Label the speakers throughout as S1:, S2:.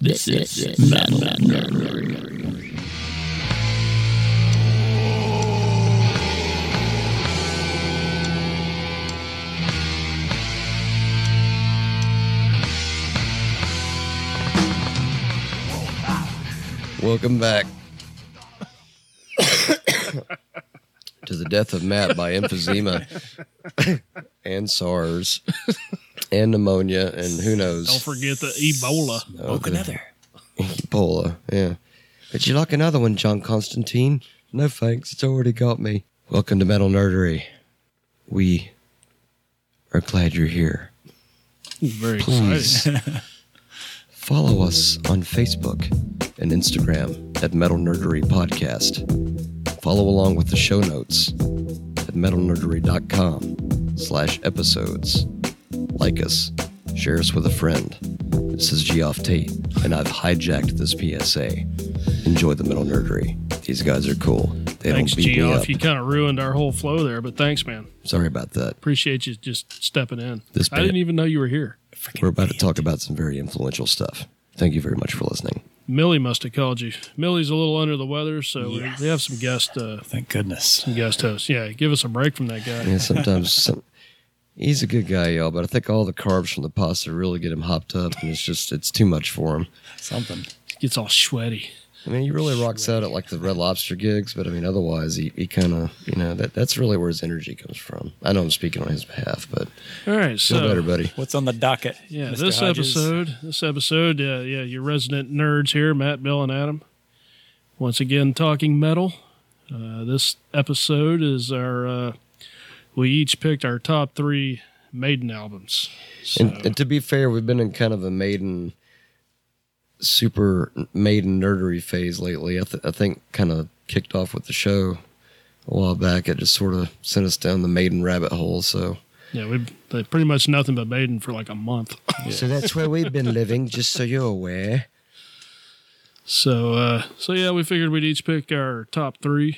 S1: This is Metal Nerd.
S2: Welcome back to the death of Matt by emphysema and SARS and pneumonia and who knows.
S3: Don't forget the Ebola.
S2: Smoke Oh, another. Ebola, yeah. Would you like another one, John Constantine? No thanks, it's already got me. Welcome to Metal Nerdery. We are glad you're here.
S3: Very
S2: Please.
S3: exciting.
S2: Follow us on Facebook and Instagram at Metal Nerdery Podcast. Follow along with the show notes at metalnerdery.com slash episodes. Like us. Share us with a friend. This is Geoff Tate, and I've hijacked this PSA. Enjoy the Metal Nerdery. These guys are cool. They
S3: Thanks,
S2: don't beat me
S3: Geoff.
S2: up.
S3: You kind of ruined our whole flow there, but thanks, man.
S2: Sorry about that.
S3: Appreciate you just stepping in.
S2: This
S3: I didn't
S2: bit-
S3: even know you were here.
S2: We're about to talk about some very influential stuff. Thank you very much for listening.
S3: Millie must have called you. Millie's a little under the weather, so we- we have some guest uh,
S4: Thank goodness.
S3: guest hosts. Yeah, give us a break from that guy.
S2: Yeah, sometimes some, he's a good guy, y'all, but I think all the carbs from the pasta really get him hopped up, and it's just it's too much for him.
S4: Something.
S3: Gets all sweaty.
S2: I mean, he really rocks out at like the Red Lobster gigs, but I mean, otherwise, he, he kind of you know that that's really where his energy comes from. I know I'm speaking on his behalf, but
S3: All right,
S2: feel
S3: so
S2: better, buddy.
S4: What's on the docket?
S3: yeah,
S4: Mr.
S3: this
S4: Hodges?
S3: episode, this episode, uh, yeah, your resident nerds here, Matt, Bill, and Adam. Once again, talking metal. Uh, this episode is our. Uh, we each picked our top three Maiden albums. So,
S2: And, and to be fair, we've been in kind of a maiden, super maiden nerdery phase lately. I, th- I think kind of kicked off with the show a while back. It just sort of sent us down the maiden rabbit hole. So
S3: yeah, we have pretty much nothing but Maiden for like a month.
S2: So that's where we've been living, just so you're aware.
S3: So, uh, so yeah, we figured we'd each pick our top three,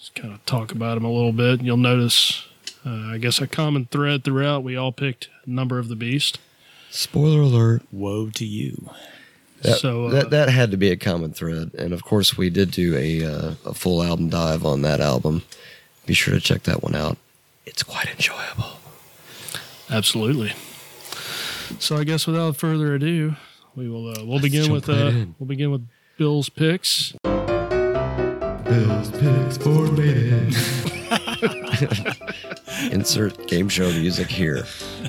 S3: just kind of talk about them a little bit. You'll notice, uh, I guess, a common thread throughout. We all picked Number of the Beast.
S2: Spoiler alert.
S4: Woe to you.
S2: That,
S3: so, uh,
S2: that that had to be a common thread, and of course we did do a uh, a full album dive on that album. Be sure to check that one out. It's quite enjoyable.
S3: absolutely. So, I guess without further ado, we will uh, we'll begin
S2: jump
S3: with
S2: right
S3: uh,
S2: in.
S3: we'll begin with Bill's picks.
S2: Insert game show music here.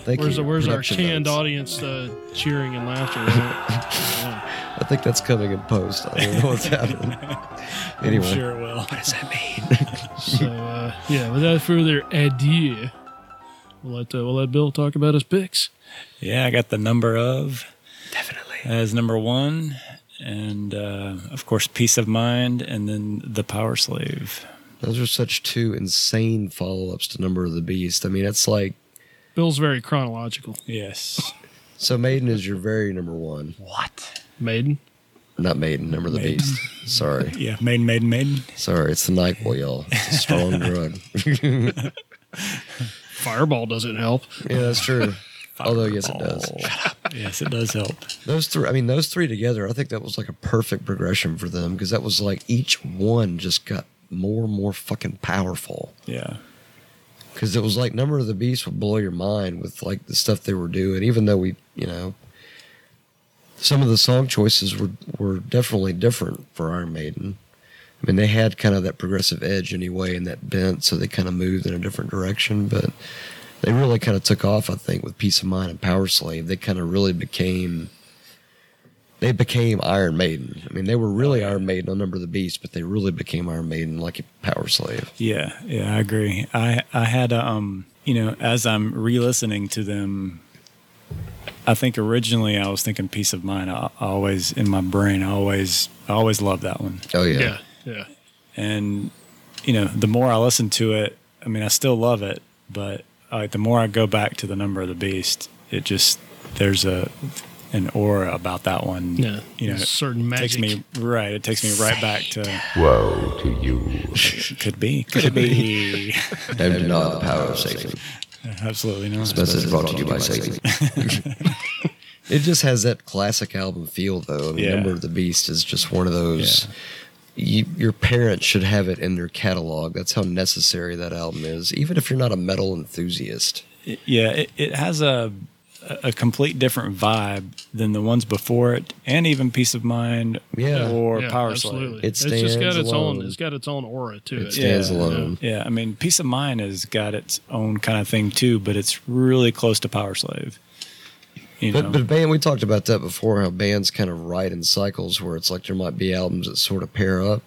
S2: Thank
S3: Where's
S2: you.
S3: the, where's our
S2: production
S3: canned
S2: notes.
S3: audience uh, cheering and laughter? right?
S2: I think that's coming in post. I don't know what's happening. Anyway,
S4: I'm sure it will.
S3: so, uh, yeah, without further ado, we'll let uh, we'll let Bill talk about his picks.
S4: Yeah, I got the number of. Definitely. As number one. And uh, of course, Peace of Mind and then The Power Slave.
S2: those are such two insane follow ups to Number of the Beast. I mean, it's like
S3: Bill's very chronological.
S4: Yes.
S2: so. Maiden is your very number one.
S4: what?
S3: Maiden.
S2: Not Maiden, Number of the
S4: Maiden.
S2: Beast. Sorry.
S4: Yeah, Maiden, Maiden, Maiden.
S2: Sorry, it's the NyQuil, y'all. It's a strong drug.
S3: Fireball doesn't help.
S2: Yeah, that's true. Although, yes, it does.
S4: Oh. Yes, it does help.
S2: Those three, I mean, those three together, I think that was like a perfect progression for them because that was like each one just got more and more fucking powerful.
S4: Yeah.
S2: Because it was like Number of the Beast would blow your mind with like the stuff they were doing, even though we, you know, some of the song choices were, were definitely different for Iron Maiden. I mean, they had kind of that progressive edge anyway and that bent, so they kind of moved in a different direction. But they really kind of took off, I think, with Peace of Mind and Power Slave. They kind of really became. They became Iron Maiden. I mean, they were really Iron Maiden on Number of the Beast, but they really became Iron Maiden like a Power Slave.
S4: Yeah, yeah, I agree. I I had um, you know, as I'm re-listening to them, I think originally I was thinking "Peace of Mind." I, I always in my brain, I always I always loved that one.
S2: Oh
S3: Yeah, yeah.
S4: And you know, the more I listen to it, I mean, I still love it, but like the more I go back to the number of the beast, it just there's a an aura about that one.
S3: Yeah,
S4: you know,
S3: certain
S4: it takes
S3: magic.
S4: me right. It takes me right back to
S1: Woe to you.
S4: could be, could be.
S2: They do not have the power of Satan.
S4: Absolutely not.
S2: This is brought to you by Satan. It just has that classic album feel, though. I mean,
S4: Yeah.
S2: Number of the Beast is just one of those. You, your parents should have it in their catalog. That's how necessary that album is, even if you're not a metal enthusiast.
S4: yeah it, it has a a complete different vibe than the ones before it and even peace of mind
S2: Yeah.
S4: or
S3: Yeah,
S4: power
S3: absolutely.
S4: slave
S2: It
S3: it's just got
S2: stands
S3: its
S2: alone.
S3: own. It's got its own aura to it.
S2: It stands
S4: Yeah.
S2: alone.
S4: yeah i mean peace of mind has got its own kind of thing too but it's really close to power slave you know
S2: But, but band, we talked about that before. How bands kind of ride in cycles, where it's like there might be albums that sort of pair up.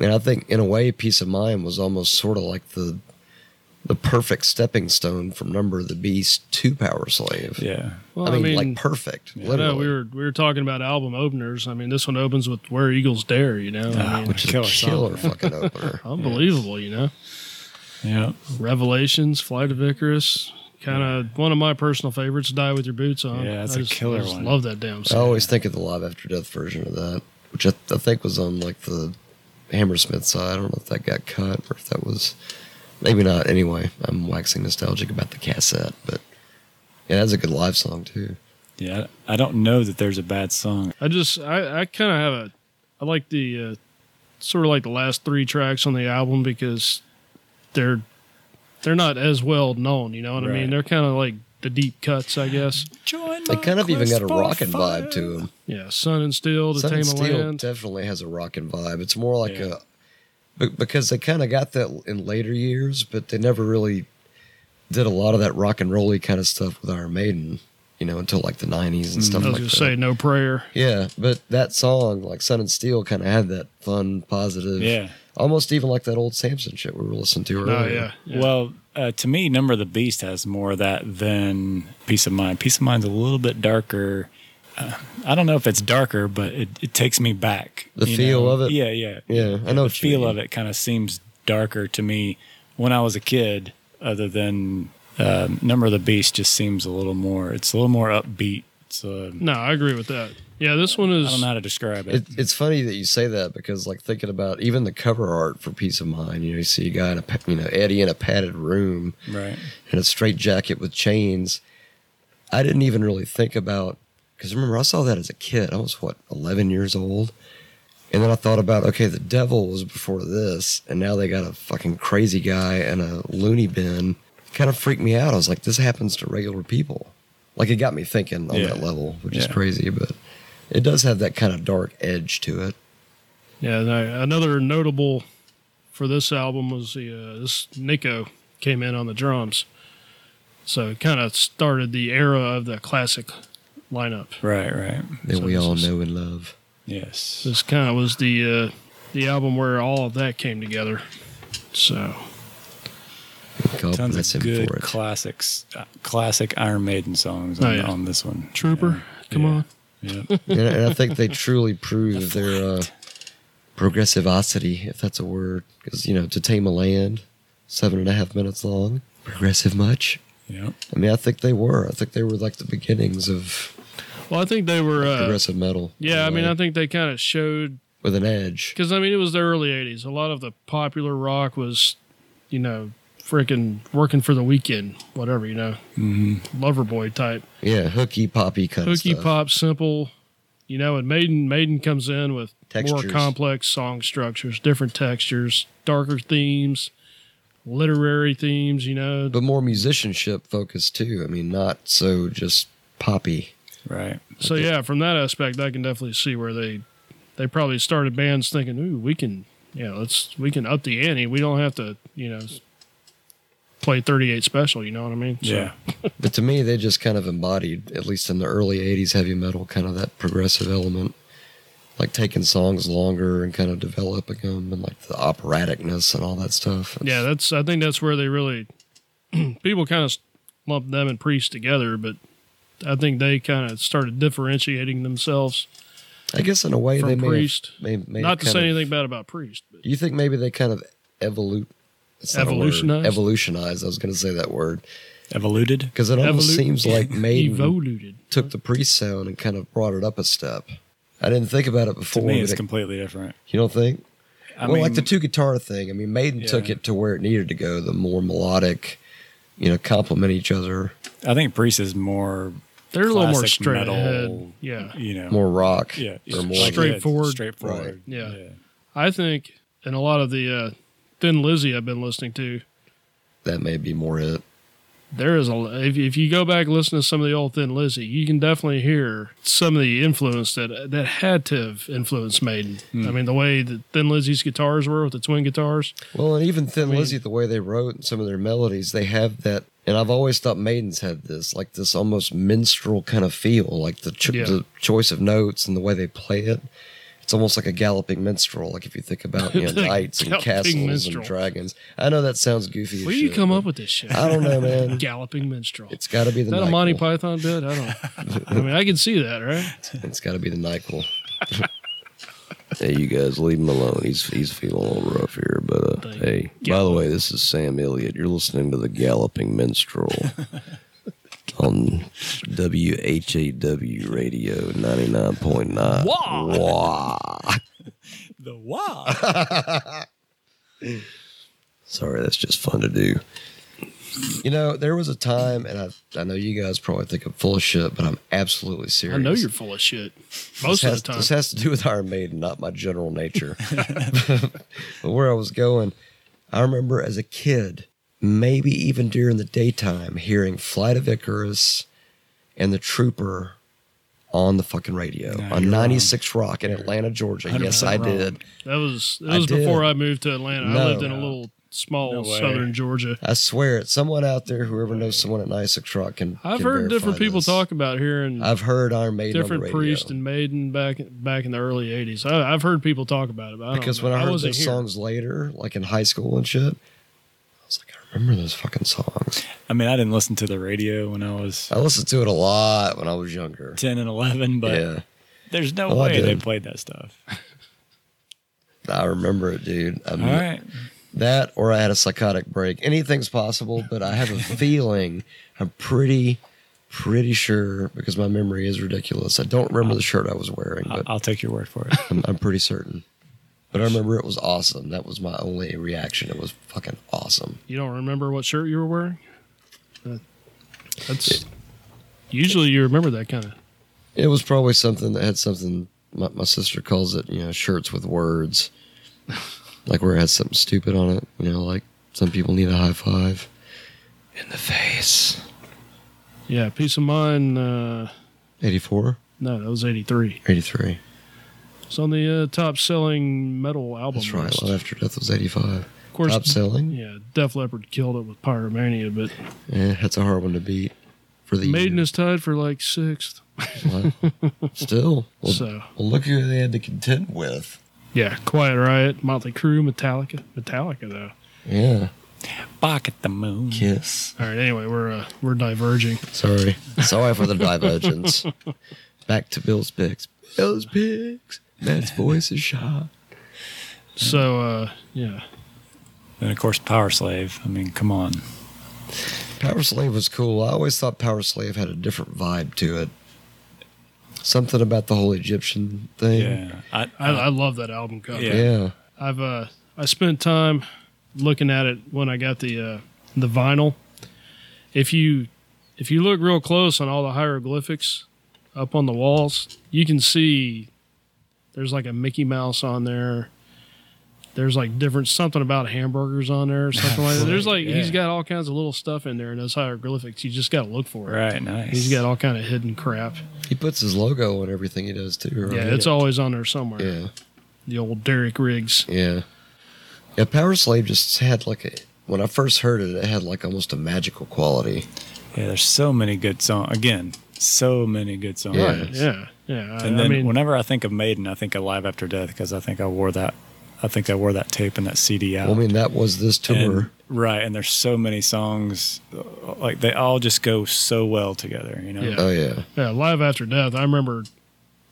S2: And I think, in a way, "Peace of Mind" was almost sort of like the the perfect stepping stone from "Number of the Beast" to "Power Slave."
S4: yeah
S3: Well,
S2: I, mean, like perfect.
S3: no,
S2: literally.
S3: we were we were talking about album openers. I mean, this one opens with "Where Eagles Dare," you know, I
S4: Ah,
S3: mean,
S4: which is
S2: killer,
S4: killer song.
S2: fucking opener.
S3: unbelievable. You know,
S4: yeah
S3: Revelations, Flight of Icarus, kind of one of my personal favorites. Die with your boots on.
S4: Yeah, that's
S3: I
S4: a
S3: just,
S4: killer
S3: I just
S4: one.
S3: Love that damn
S2: I
S3: song.
S2: always think of the live after death version of that, which I, I think was on like the Hammersmith side. I don't know if that got cut or if that was maybe not. Anyway, I'm waxing nostalgic about the cassette, but yeah, that's a good live song too.
S4: yeah i don't know that there's a bad song
S3: I just I, I kind of have a I like the uh, sort of like the last three tracks on the album because they're they're not as well known. You know what I
S4: Right.
S3: mean? They're kind of like the deep cuts, I guess.
S4: Join
S2: They
S4: my
S2: kind of even
S4: quest
S2: got a
S4: for
S2: rockin'
S4: fire.
S2: vibe to them.
S3: Yeah, Sun and Steel, The
S2: Sun
S3: Tame
S2: and
S3: of
S2: Steel
S3: Land.
S2: definitely has a rockin' vibe. It's more like
S4: Yeah.
S2: a be- because they kind of got that in later years, but they never really did a lot of that rock and rolly kind of stuff with Iron Maiden, you know, until like the '90s
S4: Hmm.
S2: and stuff
S3: I was
S2: like
S3: gonna
S2: that.
S3: say No Prayer.
S2: Yeah, but that song, like Sun and Steel, kind of had that fun, positive.
S4: Yeah.
S2: Almost even like that old Samson shit we were listening to earlier.
S3: Oh yeah, yeah.
S4: Well, uh, to me, Number of the Beast has more of that than Peace of Mind. Peace of Mind's a little bit darker. Uh, I don't know if it's darker, but it, it takes me back.
S2: The
S4: you
S2: feel
S4: know?
S2: of it?
S4: Yeah, yeah.
S2: Yeah, I
S4: The
S2: know what you
S4: feel
S2: mean.
S4: of it kind of seems darker to me when I was a kid, other than uh, Number of the Beast just seems a little more, it's a little more upbeat. So
S3: no, I agree with that. Yeah, this one
S4: I don't
S3: is.
S4: know how to describe it.
S2: It, it's funny that you say that because, like, thinking about even the cover art for Peace of Mind, you know, you see a guy in a, pa- you know, Eddie in a padded room
S4: right.
S2: in a straight jacket with chains. I didn't even really think about, because remember, I saw that as a kid. I was, what, 11 years old? And then I thought about, okay, the devil was before this, and now they got a fucking crazy guy and a loony bin. Kind of freaked me out. I was like, this happens to regular people. Like it got me thinking on
S4: Yeah.
S2: that level, which is
S4: Yeah.
S2: crazy, but it does have that kind of dark edge to it.
S3: Yeah, no, another notable for this album was the uh, this Nico came in on the drums, so it kind of started the era of the classic lineup.
S4: Right, right.
S2: That
S3: So
S2: we
S3: this
S2: all
S3: is-
S2: know and love.
S4: Yes.
S3: This kind of was the uh, the album where all of that came together. So
S2: God
S4: Tons
S2: bless
S4: of
S2: him
S4: good
S2: for it.
S4: classics, uh, classic Iron Maiden songs
S3: Oh,
S4: on,
S3: yeah.
S4: on this one.
S3: Trooper, come on.
S4: Yeah.
S2: and, and I think they truly prove their uh, progressivity, if that's a word, because you know, to tame a land, seven and a half minutes long, progressive much.
S4: yeah.
S2: I mean, I think they were. I think they were like the beginnings of
S3: Well, I think they were. Uh,
S2: progressive metal.
S3: yeah, I mean, I
S2: Like,
S3: think they kind of showed
S2: with an edge.
S3: Because I mean, it was the early '80s. A lot of the popular rock was, you know, freaking working for the weekend, whatever, you know, mm-hmm. lover boy type,
S2: Yeah, hooky poppy kind of
S3: hooky
S2: stuff.
S3: pop, simple, you know. And Maiden, Maiden comes in with
S2: Textures.
S3: more complex song structures, different textures, darker themes, literary themes, you know.
S2: but more musicianship focused too. I mean, not so just poppy.
S4: Right.
S3: So yeah, from that aspect, I can definitely see where they they probably started bands thinking, "Ooh, we can, yeah, let's we can up the ante. We don't have to, you know, s- play 38 special. You know what I mean? So,
S4: Yeah.
S2: But to me, they just kind of embodied, at least in the early 80s heavy metal, kind of that progressive element. Like taking songs longer and kind of developing them and like the operaticness and all that stuff.
S3: yeah. That's I think that's where they really people kind of lumped them and Priest together, but I think they kind of started differentiating themselves.
S2: I guess in a way
S3: From
S2: they may,
S3: Priest.
S2: have, may, may have
S3: Not to
S2: kind
S3: say
S2: of-
S3: anything bad about Priest, but
S2: Do you think maybe they kind of evolu- it's not a word.
S3: Evolutionized?
S2: Evolutionized. I was going to say that word
S4: Evoluted.
S2: because it almost
S3: Evolu- e-,
S2: seems like Maiden
S3: evoluted.
S2: took the priest sound and kind of brought it up a step. I didn't think about it
S4: To
S2: before.
S4: me,
S2: but
S4: it's
S2: it-
S4: completely different.
S2: you don't think?
S4: I
S2: well,
S4: mean,
S2: like the two guitar thing. I mean, Maiden took
S4: Yeah.
S2: it to where it needed to go. The more melodic, you know, complement each other.
S4: I think Priest is more
S3: They're a little more
S4: classic
S3: straight
S4: metal,
S3: ahead. Yeah.
S4: you know,
S2: more rock.
S4: yeah,
S2: or more
S4: straight-
S3: Straightforward.
S4: straightforward.
S2: Right.
S3: Yeah. I think, and a lot of the uh, Thin Lizzy I've been listening to,
S2: That may be more it.
S3: there is a if, if you go back and listen to some of the old Thin Lizzy, you can definitely hear some of the influence that that had to have influenced Maiden.
S2: Hmm.
S3: I mean, the way that Thin Lizzy's guitars were with the twin guitars.
S2: Well, and even Thin Lizzy, the way they wrote and some of their melodies, they have that. And I've always thought Maidens had this, like this almost minstrel kind of feel, like the, cho-
S3: Yeah.
S2: the choice of notes and the way they play it. It's almost like a galloping minstrel, like if you think about you know, knights and
S3: Galloping
S2: castles
S3: minstrel.
S2: and dragons. I know that sounds goofy. as
S3: Where do you
S2: shit,
S3: come
S2: but
S3: up with this shit?
S2: I don't know, man.
S3: Galloping minstrel.
S2: It's got to be the
S3: is that a Monty
S2: Nyquil.
S3: Python bit? I don't. I mean, I can see that, right?
S2: It's got to be the Nyquil. hey, you guys, leave him alone. He's he's feeling a little rough here. But uh,
S3: Thank
S2: hey, by the way, this is Sam Elliott. You're listening to the Galloping Minstrel on WHAW Radio ninety nine point nine.
S4: Wah!
S2: Wah.
S4: The wow.
S2: Sorry, that's just fun to do. You know, there was a time, and I, I know you guys probably think I'm full of shit, but I'm absolutely serious.
S3: I know you're full of shit
S2: This
S3: most
S2: has,
S3: of the time.
S2: This has to do with Iron Maiden, not my general nature. but where I was going, I remember as a kid, maybe even during the daytime, hearing Flight of Icarus and the Trooper on the fucking radio
S4: No,
S2: on
S4: you're wrong.
S2: 96 Rock in Atlanta, Georgia. Yes,
S4: 100%
S2: I
S4: wrong.
S2: did.
S3: that was that
S2: I
S3: was before
S2: did.
S3: I moved to Atlanta. I
S2: No.
S3: lived in a little small
S4: No way.
S3: southern Georgia.
S2: I swear it. Someone out there, whoever knows someone at 96 Rock can.
S3: I've
S2: can
S3: heard
S2: verify
S3: different people
S2: this.
S3: talk about hearing
S2: I've heard Iron Maiden on the
S3: different
S2: radio.
S3: priests and maiden back back in the early '80s. I, I've heard people talk about it, but I don't
S2: because
S3: know.
S2: when I heard
S3: wasn't
S2: those
S3: here.
S2: songs later, like in high school and shit, I was like, I remember those fucking songs.
S4: I mean, I didn't listen to the radio when I was
S2: I listened to it a lot when I was younger.
S4: 10 and 11, but
S2: yeah,
S4: there's no
S2: Well, I
S4: way they
S2: did.
S4: played that stuff.
S2: I remember it, dude. I mean,
S4: All right.
S2: That or I had a psychotic break. Anything's possible, but I have a feeling I'm pretty, pretty sure because my memory is ridiculous. I don't remember the shirt I was wearing,
S4: I'll,
S2: but
S4: I'll take your word for it.
S2: I'm, I'm pretty certain. But I remember it was awesome. That was my only reaction. It was fucking awesome.
S3: you don't remember what shirt you were wearing. Uh, That's usually you remember that kind of.
S2: It was probably something that had something. My, my sister calls it, you know, shirts with words, like where it has something stupid on it. You know, like some people need a high five in the face.
S3: Yeah, peace of mind. Uh,
S2: 84,
S3: no, that was '83.
S2: 83.
S3: It's on the uh, top selling metal album.
S2: That's right.
S3: list.
S2: Love After Death was 85.
S3: Of course,
S2: Top selling.
S3: Yeah, Def Leppard killed it with Pyromania, but
S2: Yeah, that's a hard one to beat for the uh,
S3: Maiden is tied for like sixth.
S2: year. Wow. Still. Well,
S3: So
S2: well, look who they had to contend with.
S3: yeah, Quiet Riot, Motley Crue, Metallica, Metallica though.
S2: Yeah.
S4: Back at the moon.
S2: Kiss.
S3: All right, anyway, we're uh, we're diverging.
S2: Sorry. Sorry for the divergence. Back to Bill's picks. Bill's picks. Matt's voice is shot.
S3: So uh, yeah,
S4: And of course, Power Slave. I mean, come on.
S2: Power Slave was cool. I always thought Power Slave had a different vibe to it. Something about the whole Egyptian thing.
S4: Yeah. I,
S3: I, I love that album cover.
S4: Yeah.
S2: Yeah.
S3: I've uh, I spent time looking at it when I got the uh, the vinyl. If you if you look real close on all the hieroglyphics up on the walls, you can see there's like a Mickey Mouse on there. There's like different something about hamburgers on there or something like that. There's like
S4: Yeah.
S3: he's got all kinds of little stuff in there in those hieroglyphics. You just got to look for it.
S4: right. Nice.
S3: He's got all kind of hidden crap.
S2: He puts his logo on everything he does too. Right?
S3: Yeah, it's always on there somewhere.
S2: Yeah.
S3: The old Derek Riggs.
S2: Yeah. Yeah. Power Slave just had like a. When I first heard it, it had like almost a magical quality.
S4: yeah. There's so many good songs. Again, so many good songs.
S2: Yeah.
S3: Right. Yeah. Yeah. I-
S4: And
S3: I
S4: then
S3: mean,
S4: whenever I think of Maiden, I think of Live After Death because I think I wore that. I think I wore that tape and that CD out.
S2: Well, I mean, that was this tour.
S4: And- right, and there's so many songs, uh, like they all just go so well together, you know.
S3: Yeah.
S2: oh yeah.
S3: Yeah, Live After Death. I remember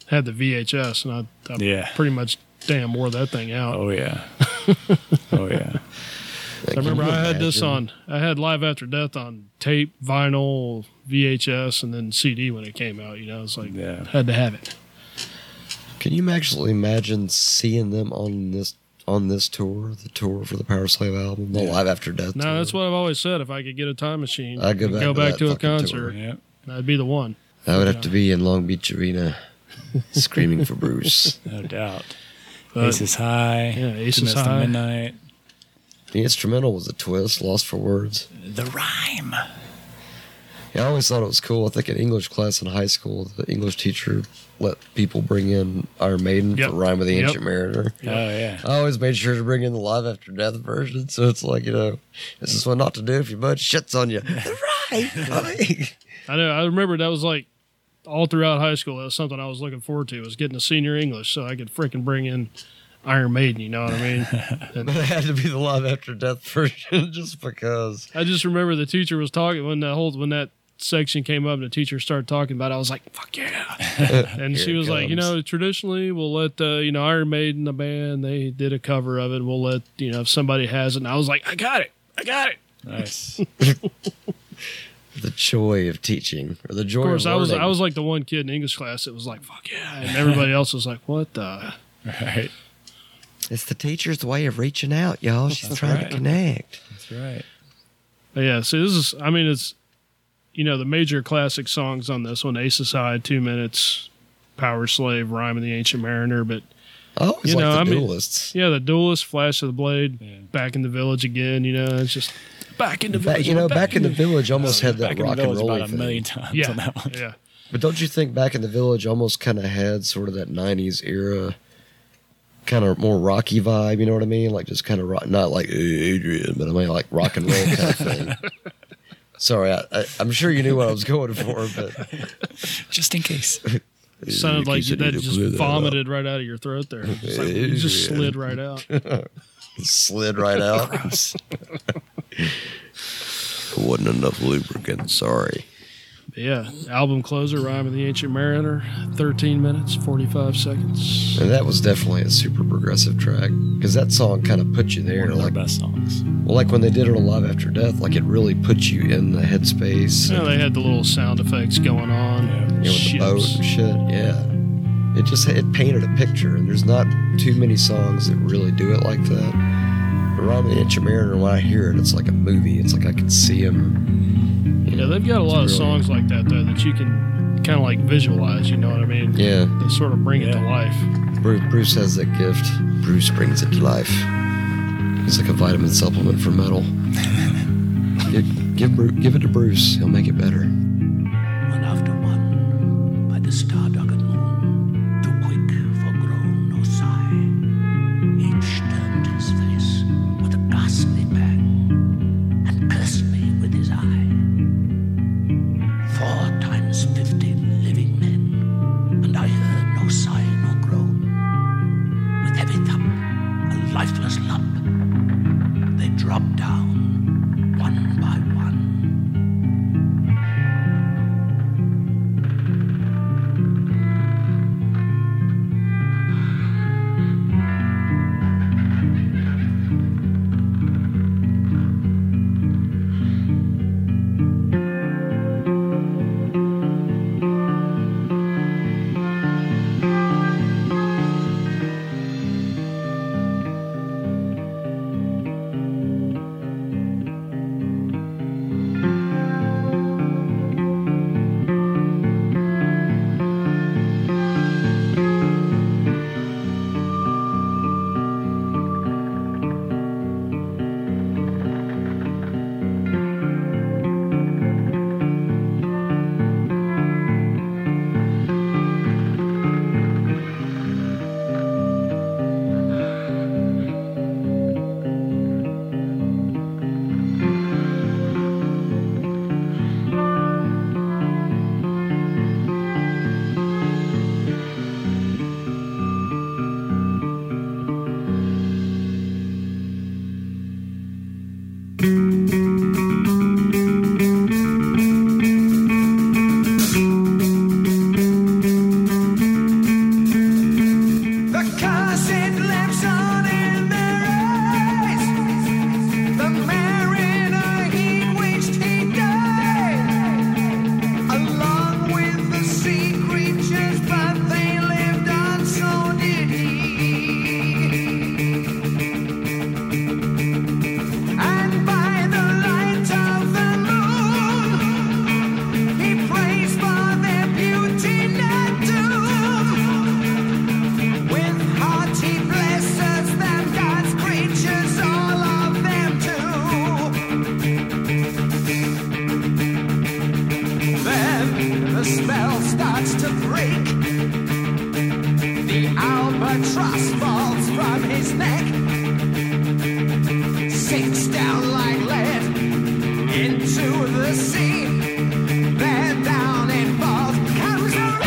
S3: had the VHS, and I, I
S4: Yeah.
S3: pretty much damn wore that thing out.
S4: Oh yeah, oh yeah.
S3: I remember I had this on. I had Live After Death on tape, vinyl, VHS, and then CD when it came out. You know, it's like
S4: Yeah.
S3: had to have it.
S2: Can you actually imagine seeing them on this on this tour, the tour for the Power Slave album, the Live After Death?
S3: No,
S2: tour?
S3: that's what I've always said. If I could get a time machine,
S2: I'd go
S3: and
S2: back
S3: go
S2: to
S3: back
S2: that
S3: to a
S2: fucking
S3: concert,
S4: yeah.
S3: that'd be the one.
S2: I would have to be in Long Beach Arena screaming for Bruce.
S4: no doubt.
S3: But-
S4: Ace is high.
S3: Yeah, Ace
S4: To
S3: is
S4: Miss the
S3: High.
S4: Midnight.
S2: The instrumental was a twist, lost for words.
S4: The rhyme.
S2: Yeah, I always thought it was cool. I think in English class in high school, the English teacher let people bring in Iron Maiden
S3: Yep.
S2: for Rhyme of the
S3: Yep.
S2: Ancient Mariner.
S4: Oh yeah.
S2: I always made sure to bring in the live after death version. So it's like, you know, this is what not to do if your bud shits on you. right. I mean,
S3: I know. I remember that was like all throughout high school. That was something I was looking forward to was getting a senior English so I could freaking bring in Iron Maiden. You know what I mean?
S2: but it had to be the live after death version just because.
S3: I just remember the teacher was talking when that whole when that section came up and the teacher started talking about it. I was like, "Fuck yeah!" and she
S2: Here it
S3: was like, "You
S2: comes.
S3: know, traditionally we'll let uh, you know Iron Maiden, the band, they did a cover of it. We'll let you know if somebody has it." And I was like, "I got it, I got it."
S4: Nice.
S2: The joy of teaching or the joy
S3: Of
S2: of,
S3: course, I was
S2: learning.
S3: I was like the one kid in English class that was like, "Fuck yeah!" and everybody else was like, "What the?"
S4: right.
S2: It's the teacher's way of reaching out, y'all. She's trying
S4: right.
S2: to connect.
S4: That's right.
S3: But yeah, so this is. I mean, it's you know the major classic songs on this one: Aces High, Two Minutes, Power Slave, Rhyme of the Ancient Mariner, but.
S2: I always
S3: You
S2: like
S3: know,
S2: the
S3: I mean-
S2: duelists.
S3: Yeah, the duelist, flash of the blade,
S4: Yeah.
S3: back in the village again. You know, it's just back in the
S2: Back,
S3: village.
S2: you know, back in the village almost had that
S4: Back in
S2: rock
S4: the
S2: and
S4: village
S2: roll
S4: about a million
S2: thing.
S4: times
S3: yeah,
S4: on that one.
S3: yeah,
S2: But don't you think back in the village almost kind of had sort of that '90s era, kind of more rocky vibe? You know what I mean? Like just kind of rock, not like "Hey, Adrian, but I mean like rock and roll kind of thing. Sorry, I, I, I'm sure you knew what I was going for, but
S4: Just in case.
S3: It sounded like
S1: said
S3: that
S1: you
S3: just
S1: blew that
S3: vomited right out of your throat there. It's like, you just
S2: Yeah.
S3: slid right out.
S2: slid right out.
S4: Gross.
S2: Wasn't enough lubricant. Sorry.
S3: But yeah, album closer, rhyme of the ancient mariner, thirteen minutes forty five seconds.
S2: And that was definitely a super progressive track because that song kind of put you
S4: One
S2: there.
S4: of their
S2: Like,
S4: best songs.
S2: well, like when they did it on Live After Death, like it really put you in the headspace.
S3: You know, they had the little sound effects going on.
S4: Yeah. Yeah,
S2: you know, with the boat
S3: Ships.
S2: and shit. Yeah, it just it painted a picture, and there's not too many songs that really do it like that. But Rhyme of the Ancient Mariner, when I hear it, it's like a movie. It's like I can see him.
S3: Yeah, they've got a lot of
S2: Really-
S3: songs like that though that you can kind of like visualize. You know what I mean?
S2: Yeah,
S3: They sort of bring it to
S4: Yeah.
S3: life.
S2: Bruce, Bruce has that gift. Bruce brings it to life. It's like a vitamin supplement for metal. give, give, Bru- give it to Bruce. He'll make it better.
S5: one after one by the star-dogged moon, too quick for groan or sigh. Each turned his face with a ghastly bang and cursed me with his eye. Four times fifty living men, and I heard no sigh nor groan. With heavy thump, a lifeless lump, they dropped down one by one.
S6: a truss falls from his neck, sinks down like lead into the sea. Then down it falls, comes around.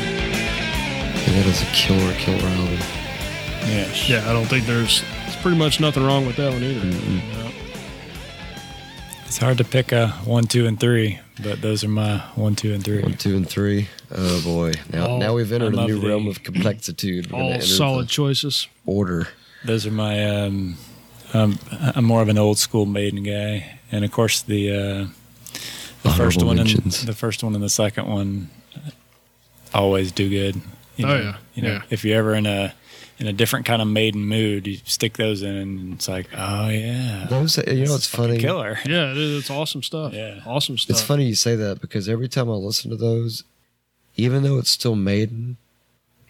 S2: And that is a killer, killer album.
S4: Yes.
S3: Yeah, I don't think there's it's pretty much nothing wrong with that one either.
S2: Mm.
S3: No.
S4: It's hard to pick a one, two, and three, but those are my one, two, and three.
S2: One, two, and three. Oh boy! Now,
S3: All-
S2: now we've entered
S4: I
S2: a new
S4: love the- Oh,
S2: realm of complexitude. We're gonna
S3: All
S2: enter
S3: solid
S2: the
S3: choices.
S2: order.
S4: Those are my. Um, um, I'm more of an old school Maiden guy, and of course the uh, the first
S2: Honorable
S4: one, and,
S2: mentions.
S4: the first one, and the second one always do good. You
S3: Oh, yeah.
S4: you know,
S3: Yeah.
S4: If you're ever in a in a different kind of Maiden mood, you stick those in, and it's like, oh yeah,
S2: Those, you know, it's
S4: fucking
S2: funny.
S4: killer.
S3: Yeah, it is, it's awesome stuff.
S4: Yeah.
S3: awesome stuff.
S2: It's funny you say that because every time I listen to those, even though it's still Maiden,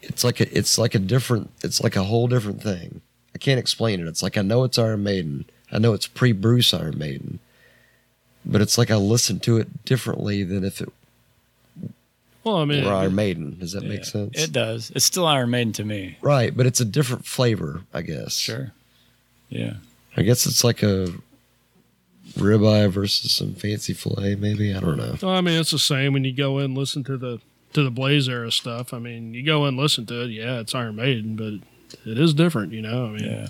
S2: it's like a, it's like a different, it's like a whole different thing. I can't explain it. It's like I know it's Iron Maiden. I know it's pre Bruce Iron Maiden, but it's like I listen to it differently than if it
S3: Well, I mean,
S2: were Iron Maiden. Does that make
S4: Yeah.
S2: sense?
S4: It does. It's still Iron Maiden to me.
S2: right, but it's a different flavor, I guess.
S4: Sure. Yeah.
S2: I guess it's like a ribeye versus some fancy filet, maybe. I don't know.
S3: Well, I mean, it's the same when you go in and listen to the to the Blaze era stuff. I mean, you go in and listen to it. Yeah, it's Iron Maiden, but it is different. You know, I mean,
S4: Yeah.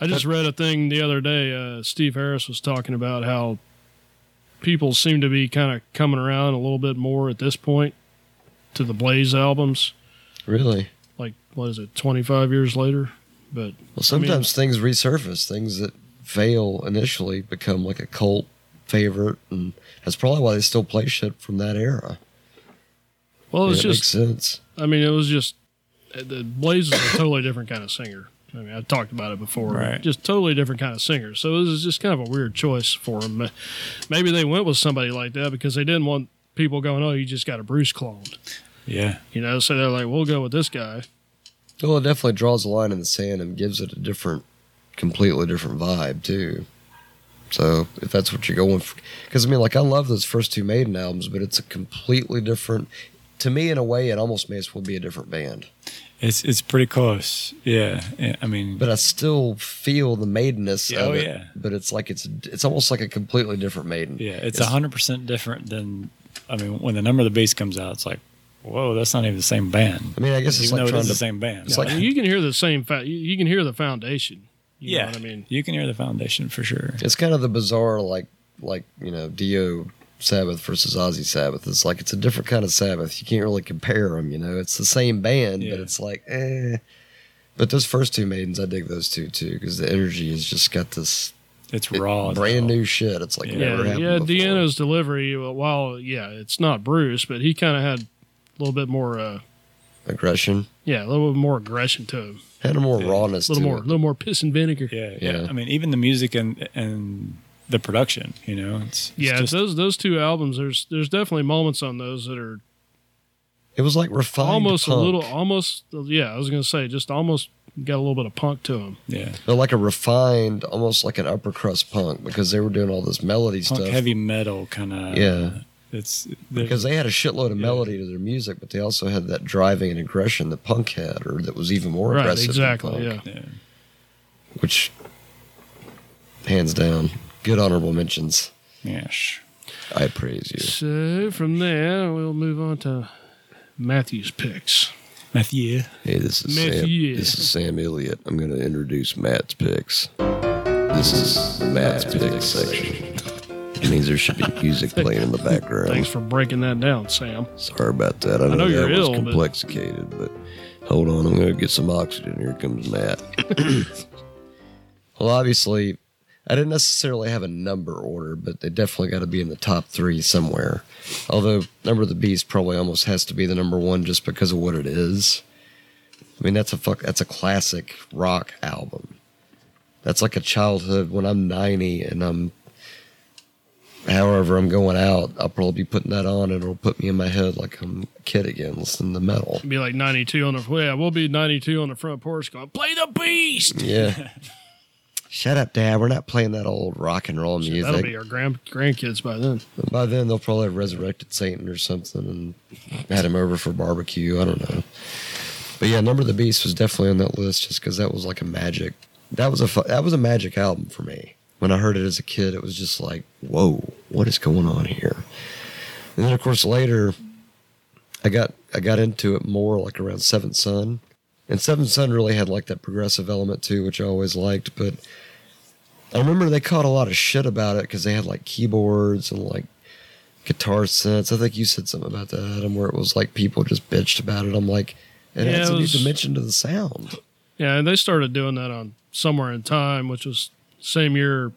S3: I just read a thing the other day. Uh, Steve Harris was talking about how people seem to be kind of coming around a little bit more at this point to the Blaze albums.
S2: Really?
S3: Like, what is it, 25 years later? But
S2: Well, sometimes things resurface. Things that fail initially become like a cult favorite, and that's probably why they still play shit from that era.
S3: well, it's
S2: Yeah, it
S3: just
S2: makes sense.
S3: I mean, it was just uh, the Blaze is a totally different kind of singer. I mean, I've talked about it before.
S4: Right.
S3: Just totally different kind of singer. So this is just kind of a weird choice for them. Maybe they went with somebody like that because they didn't want people going, "Oh, you just got a Bruce clone,"
S4: Yeah.
S3: you know. So they're like, "We'll go with this guy."
S2: Well, it definitely draws a line in the sand and gives it a different, completely different vibe too. So if that's what you're going for, because I mean, like I love those first two Maiden albums, but it's a completely different. To me, in a way, it almost may as well be a different band.
S4: It's it's pretty close. Yeah. Yeah, I mean,
S2: but uh, I still feel the maidenness
S4: Yeah, oh,
S2: of it.
S4: yeah.
S2: But it's like it's it's almost like a completely different maiden.
S4: yeah, it's hundred percent different than. I mean, when the number of the beast comes out, it's like, whoa, that's not even the same band.
S2: I mean, I guess it's
S4: even
S2: like
S4: though it
S2: trying
S4: is
S2: to.
S4: the same band.
S2: it's
S4: Yeah.
S2: like-
S3: And you can hear the same. Fa- you- you can hear the foundation. You
S4: yeah,
S3: Know what I mean,
S4: you can hear the foundation for sure.
S2: It's kind of the bizarre, like like you know Dio Sabbath versus Ozzy Sabbath. It's like it's a different kind of Sabbath. You can't really compare them. You know, it's the same band, but
S4: Yeah.
S2: it's like eh. But those first two maidens, I dig those two too because the energy has just got this
S4: It's raw, as
S2: brand
S4: hell.
S2: new shit. It's like
S4: Yeah.
S2: never
S3: yeah,
S2: happened
S3: yeah.
S2: before.
S3: Deanna's delivery. well, While yeah, it's not Bruce, but he kind of had a little bit more. Uh,
S2: aggression
S3: yeah, a little bit more aggression to him.
S2: had a more rawness.
S3: A little
S2: to
S3: more, a
S2: it.
S3: little more piss and vinegar.
S4: Yeah,
S2: Yeah.
S4: yeah, I mean, even the music and and the production. You know, it's, it's
S3: yeah,
S4: just-
S3: those those two albums. There's there's definitely moments on those that are
S2: It was like refined.
S3: almost a
S2: punk.
S3: little, almost yeah. I was gonna say just almost got a little bit of punk to them.
S4: yeah,
S2: They're like a refined, almost like an upper crust punk because they were doing all this melody
S4: punk
S2: stuff.
S4: heavy metal kind of.
S2: Yeah.
S4: it's
S2: Because they had a shitload of melody to their music, but they also had that driving and aggression that punk had, or that was even more
S3: Right,
S2: aggressive. than
S3: exactly.
S2: punk,
S3: Yeah,
S4: yeah.
S2: Which, hands down, good honorable mentions.
S4: yeah, sh-
S2: I praise you.
S3: So from there we'll move on to Matthew's picks.
S4: Matthew.
S2: Hey, this is
S3: Matt,
S2: Sam.
S3: yeah.
S2: This is Sam Elliott. I'm going to introduce Matt's picks. This is Matt's, picks section. means there should be music playing in the background.
S3: Thanks for breaking that down, Sam.
S2: Sorry about that. I know,
S3: know
S2: that
S3: you're
S2: was
S3: ill, but-
S2: complexicated, but... hold on, I'm gonna get some oxygen. Here comes Matt. well, obviously, I didn't necessarily have a number order, but they definitely got to be in the top three somewhere. Although Number of the Beast probably almost has to be the number one just because of what it is. I mean, that's a fuck. That's a classic rock album. That's like a childhood when I'm 90 and I'm however I'm going out, I'll probably be putting that on and it'll put me in my head like I'm a kid again listening to metal.
S3: Be like 92 on the yeah, we'll be 92 on the front porch going play the beast.
S2: Yeah. Shut up, Dad. We're not playing that old rock and roll music.
S3: That'll be our grand grandkids by then.
S2: By then, they'll probably have resurrected Satan or something and had him over for barbecue. I don't know. But yeah, Number of the Beast was definitely on that list just because that was like a magic. That was a fu- that was a magic album for me. When I heard it as a kid, it was just like, whoa, what is going on here? And then of course later, I got I got into it more like around Seventh Son, and Seventh Son really had like that progressive element too, which I always liked. But I remember they caught a lot of shit about it because they had like keyboards and like guitar synths. I think you said something about that, Adam, where it was like people just bitched about it. I'm like, it
S3: Yeah,
S2: adds
S3: it
S2: a new
S3: was-
S2: dimension to the sound.
S3: Yeah, and they started doing that on Somewhere in Time, which was same year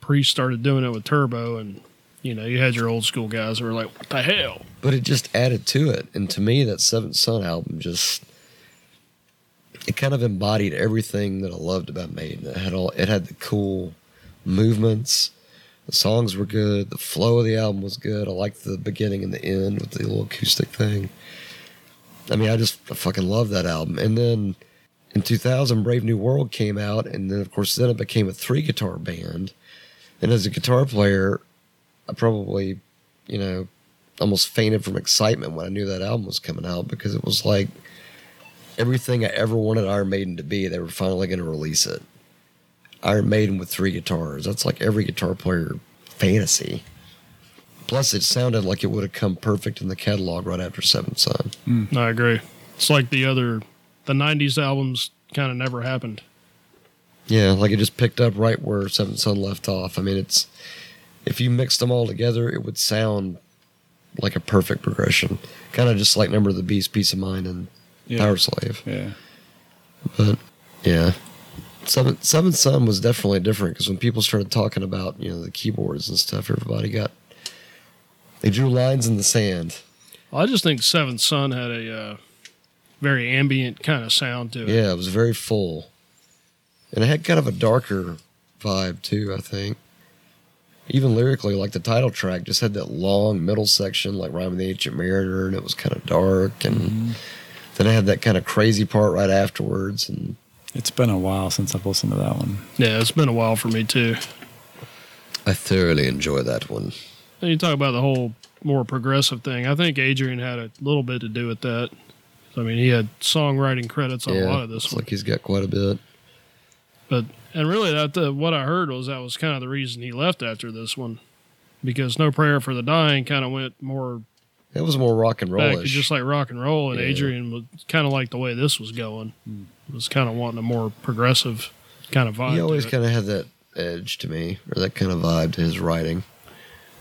S3: Priest started doing it with Turbo and you know, you had your old school guys that were like, What the hell?
S2: But it just added to it. And to me, that Seventh Son album just it kind of embodied everything that I loved about Maiden. It had all it had the cool movements. The songs were good. The flow of the album was good. I liked the beginning and the end with the little acoustic thing. I mean, I just I fucking love that album. And then in 2000, Brave New World came out, and then of course then it became a three guitar band. And as a guitar player, I probably, you know, almost fainted from excitement when I knew that album was coming out because it was like everything I ever wanted Iron Maiden to be, they were finally going to release it. Iron Maiden with three guitars. That's like every guitar player fantasy. Plus, it sounded like it would have come perfect in the catalog right after Seventh Son.
S3: I agree. It's like the other the nineties albums kinda never happened.
S2: Yeah, like it just picked up right where Seventh Son left off. I mean, it's if you mixed them all together, it would sound like a perfect progression, kind of just like Number of the Beast, Peace of Mind, and
S4: Yeah.
S2: Power Slave.
S4: Yeah.
S2: But yeah, Seventh Seventh Son was definitely different because when people started talking about you know the keyboards and stuff, everybody got they drew lines in the sand.
S3: I just think Seventh Son had a uh, very ambient kind of sound to it.
S2: Yeah, it was very full, and it had kind of a darker vibe too. I think even lyrically, like the title track just had that long middle section, like "Rhyme of the Ancient Mariner," and it was kind of dark, and
S3: Mm-hmm.
S2: then it had that kind of crazy part right afterwards, and
S4: It's been a while since I've listened to that one.
S3: Yeah, it's been a while for me too.
S2: I thoroughly enjoy that one.
S3: And you talk about the whole more progressive thing. I think Adrian had a little bit to do with that. I mean, he had songwriting credits on a lot of this
S2: it's
S3: one.
S2: like he's got quite a bit.
S3: But and really, that the, what I heard was that was kind of the reason he left after this one, because No Prayer for the Dying kind of went more
S2: It was more rock and
S3: back
S2: rollish.
S3: to just like rock and roll, and
S2: Yeah. Hmm.
S3: Adrian was kind of like the way this was going. Was kind of wanting a more progressive kind of vibe.
S2: he
S3: to
S2: always
S3: it.
S2: kind of had that edge to me, or that kind of vibe to his writing.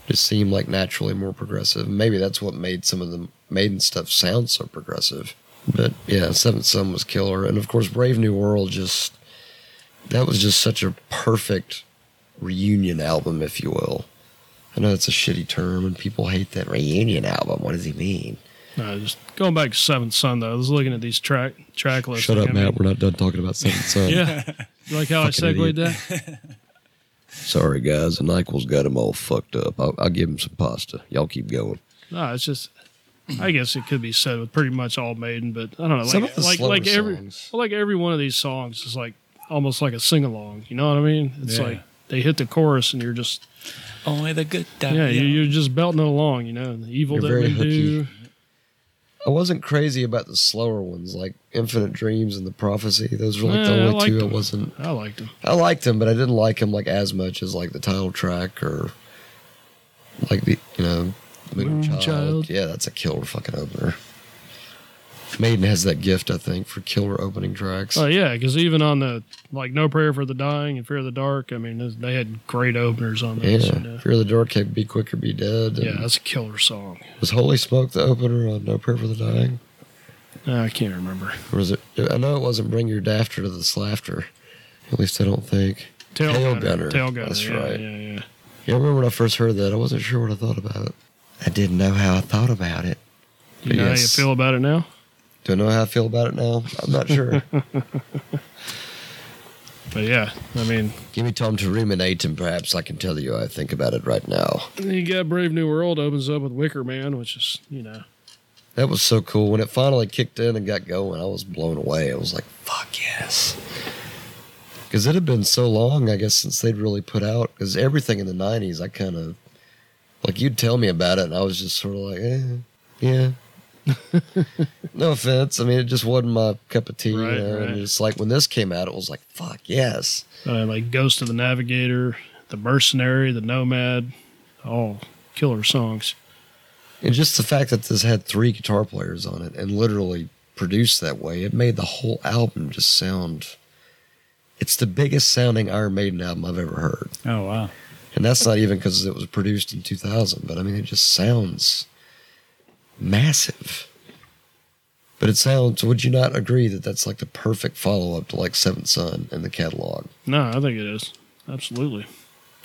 S2: Just seemed like naturally more progressive. Maybe that's what made some of the Maiden stuff sound so progressive. But yeah, Seventh Son was killer, and of course, Brave New World just that was just such a perfect reunion album, if you will. I know it's a shitty term, and people hate that reunion album. What does he mean?
S3: No, just going back to Seventh Son though. I was looking at these track track lists.
S2: Shut
S3: like,
S2: up,
S3: I mean,
S2: Matt. We're not done talking about Seventh Son.
S3: Yeah, You like how
S2: Fucking
S3: I segued
S2: idiot.
S3: that.
S2: Sorry, guys. The Nyquil's got him all fucked up. I'll, I'll give him some pasta. Y'all keep going.
S3: No, it's just. I guess it could be said with pretty much all Maiden, but I don't know. Like,
S2: Some of the
S3: like,
S2: slower
S3: like every
S2: songs.
S3: like every one of these songs is like almost like a sing along. You know what I mean? It's
S4: Yeah.
S3: like they hit the chorus and you're just
S4: Only the good time.
S3: yeah, you- You're, just belting it along. You know, the evil
S2: You're
S3: that
S2: very
S3: we
S2: hooky.
S3: do.
S2: I wasn't crazy about the slower ones like Infinite Dreams and The Prophecy. Those were like
S3: Yeah, I
S2: the only
S3: liked
S2: two
S3: them.
S2: I wasn't.
S3: I liked them.
S2: I liked them, but I didn't like them like as much as like the title track or like the you know Moon Child.
S3: Child.
S2: Yeah, that's a killer fucking opener. Maiden has that gift, I think, for killer opening tracks.
S3: Oh yeah, because even on the like No Prayer for the Dying and Fear of the Dark, I mean, this- they had great openers on
S2: yeah,
S3: those. and, uh,
S2: Fear the Dark Cave, Be Quick or Be Dead. and
S3: yeah, that's a killer song.
S2: Was Holy Smoke the opener on No Prayer for the Dying?
S3: Uh, I can't remember.
S2: Or was it? I know it wasn't Bring Your Dafter to This Laughter. At least I don't think.
S3: Tail,
S2: Tail
S3: gunner,
S2: Gunner.
S3: tail gunner.
S2: That's
S3: yeah,
S2: right.
S3: Yeah, yeah.
S2: Yeah, I remember when I first heard that, I wasn't sure what I thought about it. I didn't know how I thought about it.
S3: You know
S2: Yes.
S3: how you feel about it now?
S2: Don't know how I feel about it now. I'm not sure.
S3: But yeah, I mean,
S2: Give me time to ruminate, and perhaps I can tell you how I think about it right now.
S3: you got Brave New World opens up with Wicker Man, which is you know,
S2: That was so cool. When it finally kicked in and got going, I was blown away. I was like, fuck yes. Because it had been so long, I guess, since they'd really put out. Because everything in the 90s, I kind of, like, you'd tell me about it, and I was just sort of like, eh, yeah. no offense. I mean, it just wasn't my cup of tea. you
S3: Right,
S2: know?
S3: right.
S2: And it's like when this came out, it was like, fuck yes.
S3: uh, like Ghost of the Navigator, The Mercenary, The Nomad, all killer songs.
S2: And just the fact that this had three guitar players on it and literally produced that way, it made the whole album just sound. It's the biggest sounding Iron Maiden album I've ever heard.
S4: Oh wow.
S2: And that's not even because it was produced in 2000, but I mean, it just sounds massive. But it sounds, would you not agree that that's like the perfect follow up to like Seventh Son in the catalog?
S3: No, I think it is absolutely.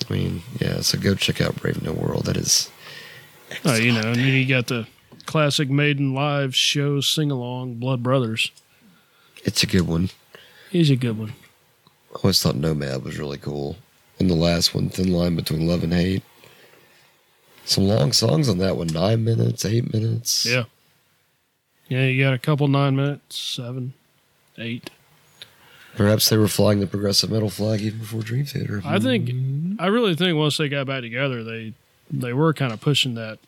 S2: I mean, yeah, so go check out Brave New World. That is
S3: Oh, you know, and then you got the classic Maiden live show sing along, Blood Brothers.
S2: it's a good one.
S3: He's a good one.
S2: I always thought Nomad was really cool. And the last one, Thin Line Between Love and Hate. Some long songs on that one nine minutes, eight minutes.
S3: Yeah. Yeah, you got a couple nine minutes, seven, eight.
S2: Perhaps they were flying the progressive metal flag even before Dream Theater.
S3: I think I really think once they got back together they they were kind of pushing that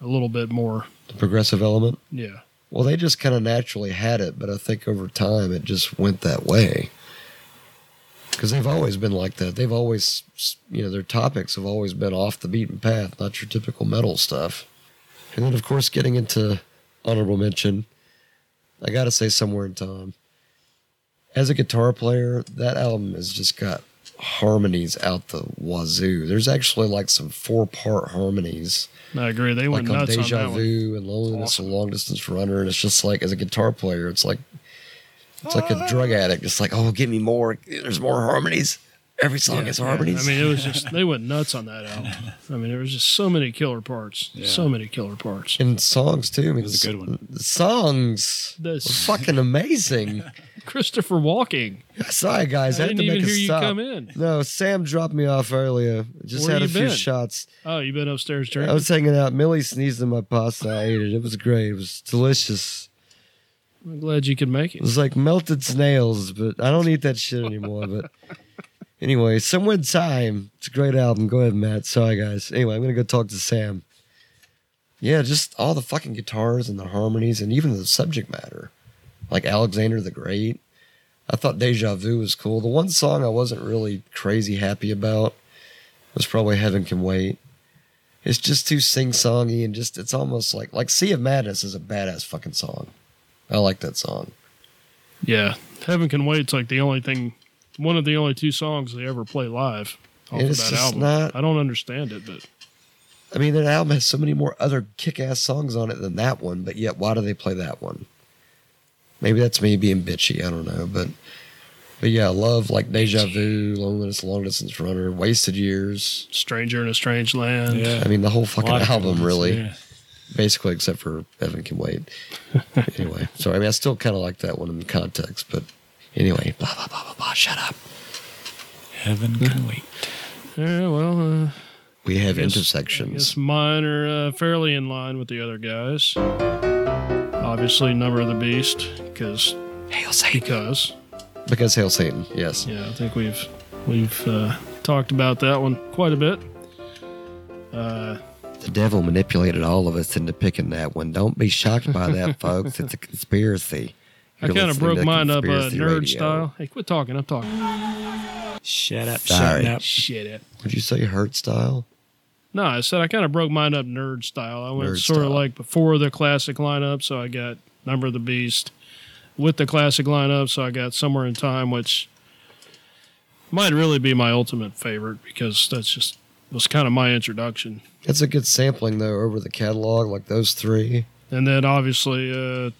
S3: a little bit more.
S2: The progressive element.
S3: Yeah.
S2: Well, they just kind of naturally had it, but I think over time it just went that way. Because they've always been like that. They've always, you know, their topics have always been off the beaten path, not your typical metal stuff. And then, of course, getting into honorable mention, I got to say, Somewhere in Time. As a guitar player, that album has just got harmonies out the wazoo. There's actually like some four part harmonies
S3: I agree. They went
S2: like on
S3: nuts on
S2: Deja
S3: that one.
S2: Vu and Loneliness
S3: Awesome.
S2: and Long Distance Runner, and it's just like as a guitar player, it's like it's like a drug addict. It's like, oh, give me more. There's more harmonies. Every song has harmonies.
S3: I mean, it was just they went nuts on that album. I mean, there was just so many killer parts, so many killer parts.
S2: and songs too. I mean,
S4: was a
S2: s-
S4: good one.
S2: the Songs
S3: This-
S2: were fucking amazing.
S3: Christopher Walking.
S2: Sorry, guys, I,
S3: I
S2: had to
S3: didn't
S2: make
S3: even
S2: a
S3: hear you
S2: stop.
S3: come in.
S2: No, Sam dropped me off earlier. Just
S3: Where
S2: had a
S3: you
S2: few
S3: been?
S2: shots.
S3: Oh, you been upstairs
S2: I
S3: drinking?
S2: was hanging out. Millie sneezed in my pasta. I ate it. It was great. It was delicious.
S3: I'm glad you could make
S2: It
S3: it.
S2: was like melted snails, but I don't eat that shit anymore. But anyway, Somewhere in Time. It's a great album. Go ahead, Matt. Sorry, guys. Anyway, I'm going to go talk to Sam. Yeah, just all the fucking guitars and the harmonies and even the subject matter. Like Alexander the Great. I thought Deja Vu was cool. The one song I wasn't really crazy happy about was probably Heaven Can Wait. It's just too sing songy and just, it's almost like, like Sea of Madness is a badass fucking song. I like that song.
S3: Yeah, Heaven Can Wait's like the only thing, one of the only two songs they ever play live off
S2: And
S3: of
S2: it's
S3: that
S2: just
S3: album.
S2: not-
S3: I don't understand it, but
S2: I mean, that album has so many more other kick-ass songs on it than that one, but yet why do they play that one? Maybe that's me being bitchy. I don't know, but but yeah, I love like Deja Vu, Loneliness, Long Distance Runner, Wasted Years.
S3: Stranger in a Strange Land.
S4: Yeah.
S2: I mean, the whole fucking
S4: Lot of good
S2: album,
S4: ones,
S2: really,
S4: yeah.
S2: basically, except for Evan Can Wait. anyway, sorry. I mean, I still kind of like that one in context, but anyway, blah blah blah blah blah. Shut up.
S4: Heaven can wait.
S3: Yeah, well, uh,
S2: We have
S3: guess- I
S2: intersections.
S3: guess mine are uh, fairly in line with the other guys. Obviously, Number of the Beast, because
S2: Hail Satan.
S3: because
S2: Because Hail Satan. Yes.
S3: yeah, I think we've we've uh, talked about that one quite a bit. Uh,
S2: The devil manipulated all of us into picking that one. Don't be shocked by that, folks. It's a conspiracy.
S3: I
S2: You're
S3: kind of
S2: listening to
S3: broke mine up, uh,
S2: Conspiracy
S3: nerd
S2: Radio.
S3: style. Hey, quit talking. I'm talking.
S4: Shut up.
S2: Sorry.
S4: Shut up.
S3: Shit it.
S2: Would you say hurt style?
S3: No, I said I kind of broke mine up nerd style. I went
S2: Nerd
S3: sort of
S2: style.
S3: like before the classic lineup, so I got Number of the Beast with the classic lineup. So I got Somewhere in Time, which might really be my ultimate favorite because that's just was kind of my introduction.
S2: That's a good sampling though over the catalog, like those three.
S3: And then obviously uh,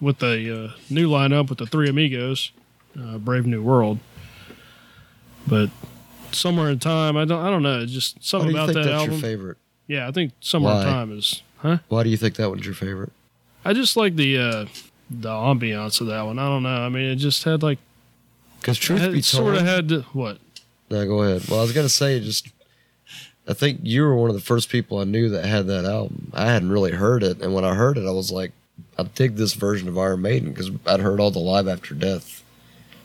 S3: with the uh, new lineup with the Three Amigos, uh, Brave New World. But somewhere in time, I don't, I don't know. it's Just
S2: Why do
S3: something
S2: you
S3: about
S2: think
S3: that
S2: that's
S3: album.
S2: your favorite?
S3: Yeah, I think somewhere
S2: Why?
S3: in time is, huh?
S2: Why do you think that one's your favorite?
S3: I just like the uh, the ambiance of that one. I don't know. I mean, it just had like
S2: Because truth be
S3: it
S2: told,
S3: sort of had to, what?
S2: no, go ahead. Well, I was gonna say just. I think you were one of the first people I knew that had that album. I hadn't really heard it, and when I heard it, I was like, "I dig this version of Iron Maiden" because I'd heard all the Live After Death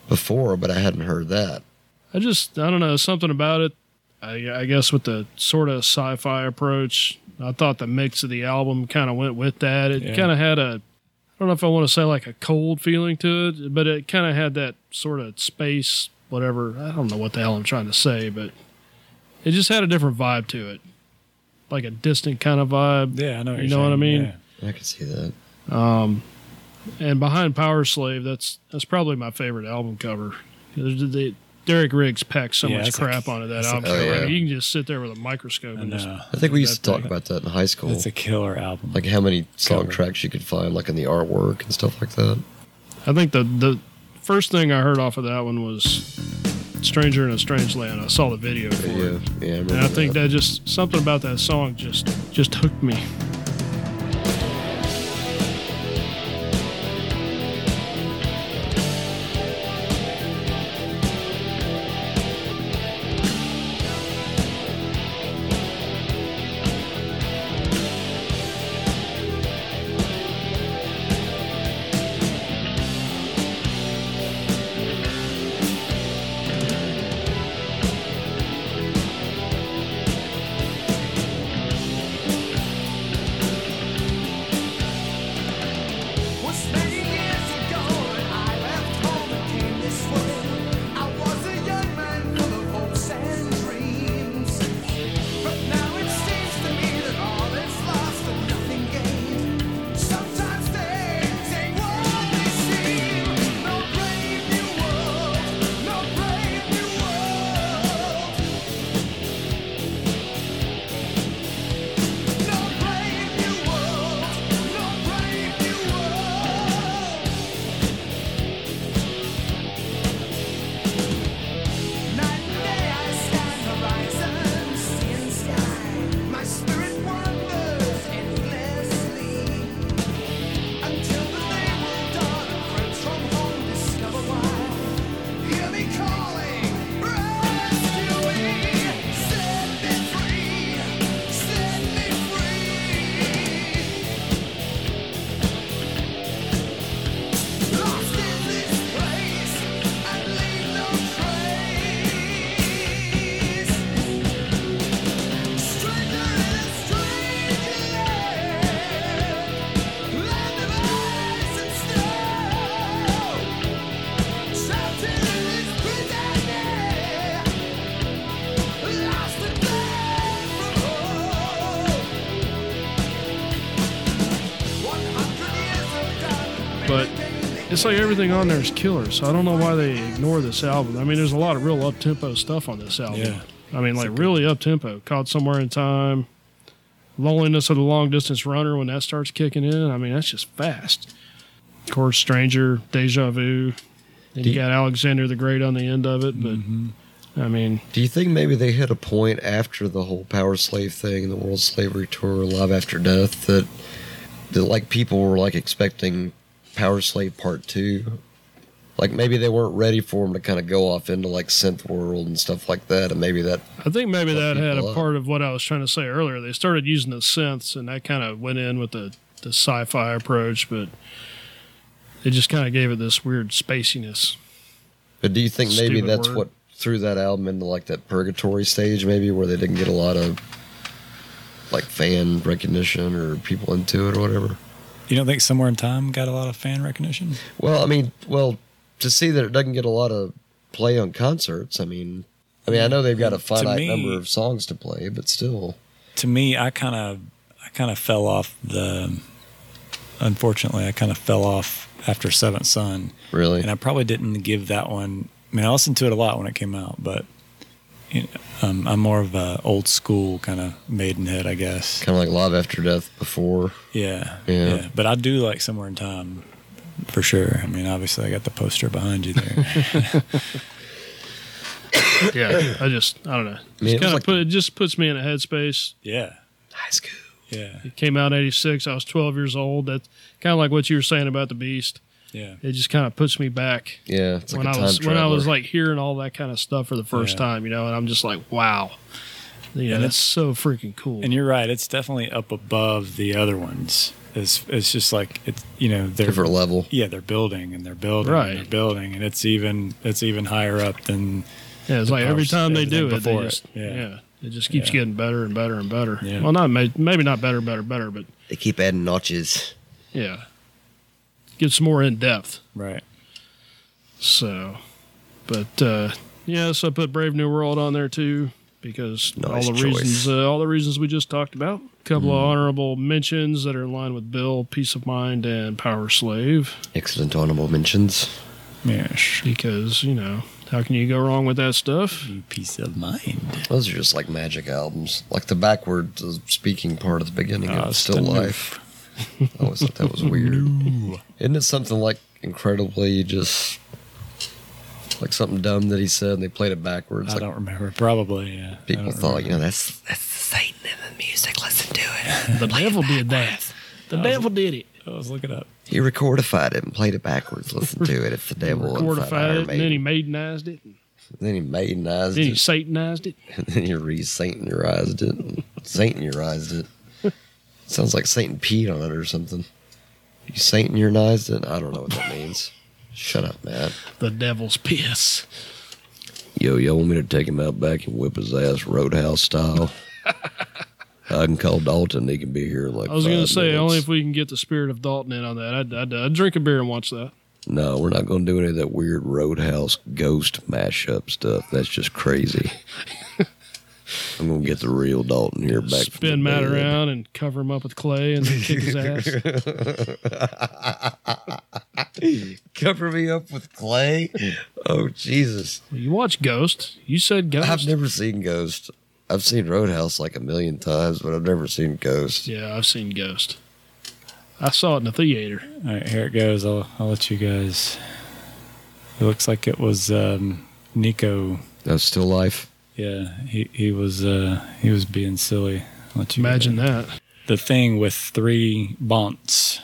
S2: before, but I hadn't heard that.
S3: I just I don't know something about it. I, I guess with the sort of sci-fi approach, I thought the mix of the album kind of went with that. It
S4: Yeah.
S3: kind of had a I don't know if I want to say like a cold feeling to it, but it kind of had that sort of space whatever. I don't know what the hell I'm trying to say, but it just had a different vibe to it. Like a distant kind of vibe.
S4: Yeah, I know. What
S3: You
S4: you're
S3: know what I
S4: saying,
S3: mean?
S4: yeah.
S2: I can see that.
S3: and behind Power Slave, that's that's probably my favorite album cover. There's- they- Derek Riggs packs so
S4: Yeah,
S3: much
S4: that's a-
S3: crap onto that album
S2: oh,
S3: cover. I
S2: yeah.
S3: mean, you can just sit there with a microscope
S4: I
S3: and just,
S4: know.
S2: I think we used to
S3: That-
S2: talk about that in high school.
S4: It's a killer album.
S2: like how many song
S4: Cover.
S2: tracks you could find like in the artwork and stuff like that
S3: I think the the first thing I heard off of that one was "Stranger in a Strange Land." I saw the video for
S2: yeah
S3: it,
S2: yeah I remember
S3: and I think that just something about that song just just hooked me.
S6: Was many years ago when I left home and came this way. I was a young man full of hopes and dreams. But now it seems to me that all is lost and nothing gained. Sometimes things ain't what they seem. No brave new world, no brave new world, no brave new world, no brave new world. Night and day I scan horizon, sea and sky. My spirit wanders endlessly until the label dawn friends from home discover why. Hear me calling, rescue me, set me free, set me free. Lost in this place, I leave no trace. Stranger in a strange land. Land of ice and snow. Sheltered in this prison air. Lost and gone from home. 100 years of dark,
S3: But
S6: many
S3: It's like everything on there is killer, so I don't know why they ignore this album. I mean, there's a lot of real up tempo stuff on this album.
S4: Yeah.
S3: I mean, like really up tempo. Caught somewhere in time. Loneliness of the long distance runner when that starts kicking in. I mean, that's just fast. Of course, Stranger, Deja Vu. Then you
S2: Do-
S3: got Alexander the Great on the end of it, but
S2: Mm-hmm.
S3: I mean,
S2: do you think maybe they hit a point after the whole power slave thing and the world slavery tour live after death that that like people were like expecting power slave part two like maybe they weren't ready for them to kind of go off into like synth world and stuff like that and maybe that
S3: I think maybe
S2: Fuck
S3: that had
S2: people
S3: a
S2: up.
S3: part of what I was trying to say earlier. They started using the synths, and that kind of went in with the, the sci fi approach, but it just kind of gave it this weird spaciness.
S2: but do you think maybe
S3: Stupid
S2: that's
S3: word.
S2: what threw that album into like that purgatory stage maybe where they didn't get a lot of like fan recognition or people into it or whatever
S4: You don't think Somewhere in Time got a lot of fan recognition?
S2: Well, I mean, well, to see that it doesn't get a lot of play on concerts, I mean, I mean, I know they've
S3: Mm,
S2: got a finite
S4: me-
S2: number of songs to play, but still,
S4: To me, I kind of, I kind of fell off the, unfortunately, I kind of fell off after Seventh Son.
S2: Really?
S4: And I probably didn't give that one. I mean, I listened to it a lot when it came out, but you know, um, I'm more of a old school kind of Maidenhead, I guess.
S2: kind of like Live After Death before.
S4: Yeah,
S2: Yeah.
S4: But I do like Somewhere in Time for sure. I mean, obviously, I got the poster behind you there.
S3: Yeah, I just I don't know. Just
S2: mean, it was
S3: kind of
S2: like-
S3: put, it just puts me in a headspace.
S4: yeah,
S2: High school.
S4: yeah,
S3: It came out in '86. I was 12 years old. That's kind of like what you were saying about the Beast.
S4: yeah.
S3: It just kind of puts me back
S2: Yeah, it's like
S3: when
S2: a
S3: I
S2: time
S3: was when I was
S2: traveler.
S3: like hearing all that kind of stuff for the first
S4: Yeah.
S3: time, you know, and I'm just like, wow, yeah,
S4: And
S3: that's so freaking cool.
S4: And you're right; it's definitely up above the other ones. It's it's just like it's you know they're
S2: different level.
S4: yeah they're building and they're building
S3: Right.
S4: and they're building and it's even it's even higher up than
S3: yeah, it's like every
S4: powers-
S3: time they do
S4: everything
S3: it,
S4: before
S3: they just,
S4: it,
S3: yeah.
S4: yeah.
S3: it just keeps
S4: Yeah.
S3: getting better and better and better.
S4: Yeah.
S3: Well, not ma- maybe not better, better, better, but
S2: They keep adding notches.
S3: yeah, gets more in depth.
S4: right.
S3: So, but uh, yeah, so I put Brave New World on there too because
S2: Nice
S3: all the
S2: choice. Mm-hmm.
S3: reasons, uh, all the reasons we just talked about. A couple of honorable mentions that are in line with Bill, Peace of Mind, and Power Slave
S2: Excellent honorable mentions.
S4: Yeah, sh-
S3: because you know how can you go wrong with that stuff?
S4: peace of mind.
S2: Those are just like magic albums, like the backward uh, speaking part at the beginning
S4: Ah,
S2: of Still
S4: Stan Lee.
S2: Life. I always thought that was weird. Isn't it something like incredibly just like something dumb that he said and they played it backwards?
S4: I
S2: like
S4: don't remember. Probably yeah. I
S2: people
S4: don't
S2: thought,
S4: remember.
S2: you know, that's that's the Satan in the music. Listen to it.
S3: The devil did that. The devil did it.
S4: I was looking up.
S2: he recordified it and played it backwards. Listen to it. It's the devil.
S3: Mortified it,
S2: Iron
S3: and then he
S2: Maiden.
S3: maidenized it, and
S2: Then he maidenized
S3: then he
S2: it.
S3: satanized it.
S2: And then you re-satanized it. and Satanized it. Sounds like Satan peed on it or something. You satanized it? I don't know what that means. Shut up, Matt.
S3: The devil's piss.
S2: Yo, y'all want me to take him out back and whip his ass roadhouse style? I can call Dalton. He can be here in like
S3: I was going to
S2: five
S3: say
S2: minutes.
S3: only if we can get the spirit of Dalton in on that. I'd, I'd, I'd drink a beer and watch that.
S2: No, we're not going to do any of that weird roadhouse ghost mashup stuff. That's just crazy. I'm going to get the real Dalton here back. from
S3: spin
S2: the
S3: Matt
S2: dead.
S3: around and cover him up with clay and then kick his ass.
S2: cover me up with clay. Oh Jesus!
S3: You watch Ghost. You said Ghost.
S2: I've never seen Ghost. I've seen Roadhouse like a million times, but I've never seen Ghost.
S3: yeah, I've seen Ghost. I saw it in the theater.
S4: All right, here it goes. I'll I'll let you guys. It looks like it was um, Nico.
S2: That's still life.
S4: Yeah, he he was uh, he was being silly. I'll let you
S3: Imagine that.
S4: the thing with three bonts.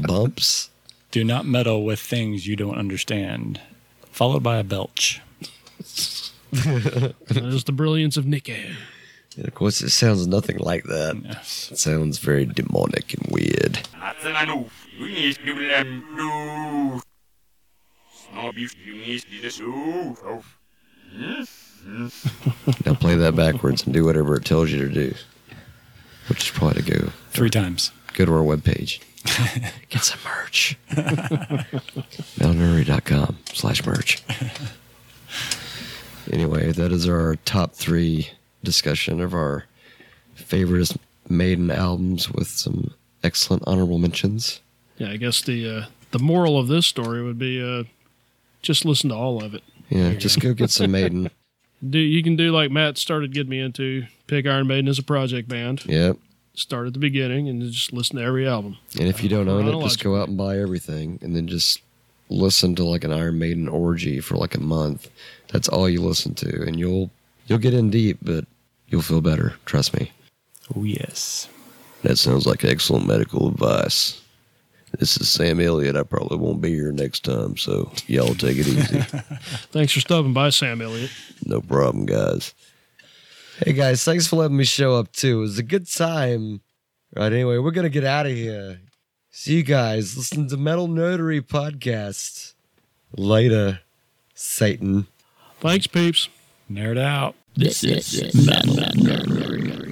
S2: Bumps.
S4: Do not meddle with things you don't understand. Followed by a belch.
S3: There's the brilliance of Nico.
S2: And of course, it sounds nothing like that. It sounds very demonic and weird. Now play that backwards and do whatever it tells you to do, which is probably to go
S4: Three times.
S2: go to our webpage. Get some merch. Malnury.com slash merch. Anyway, that is our top three discussion of our favorite maiden albums with some excellent honorable mentions.
S3: Yeah, I guess the uh, the moral of this story would be uh, just listen to all of it.
S2: Yeah, just go get some maiden.
S3: Do you can do like Matt started getting me into. Pick Iron Maiden as a project band.
S2: Yep.
S3: Start at the beginning and just listen to every album.
S2: And if you don't own it, just go out and buy everything and then just listen to like an Iron Maiden orgy for like a month. That's all you listen to and you'll you'll get in deep, but you'll feel better, trust me.
S4: Oh, yes.
S1: That sounds like excellent medical advice. This is Sam Elliott. I probably won't be here next time, so y'all take it easy.
S3: Thanks for stopping by, Sam Elliott.
S1: no problem, guys.
S2: Hey guys, thanks for letting me show up too. It was a good time. Right, anyway, we're gonna get out of here. See you guys. Listen to Metal Notary Podcast. Later, Satan.
S3: Thanks, peeps.
S4: Nerd out.
S1: This is Metal Nerdery.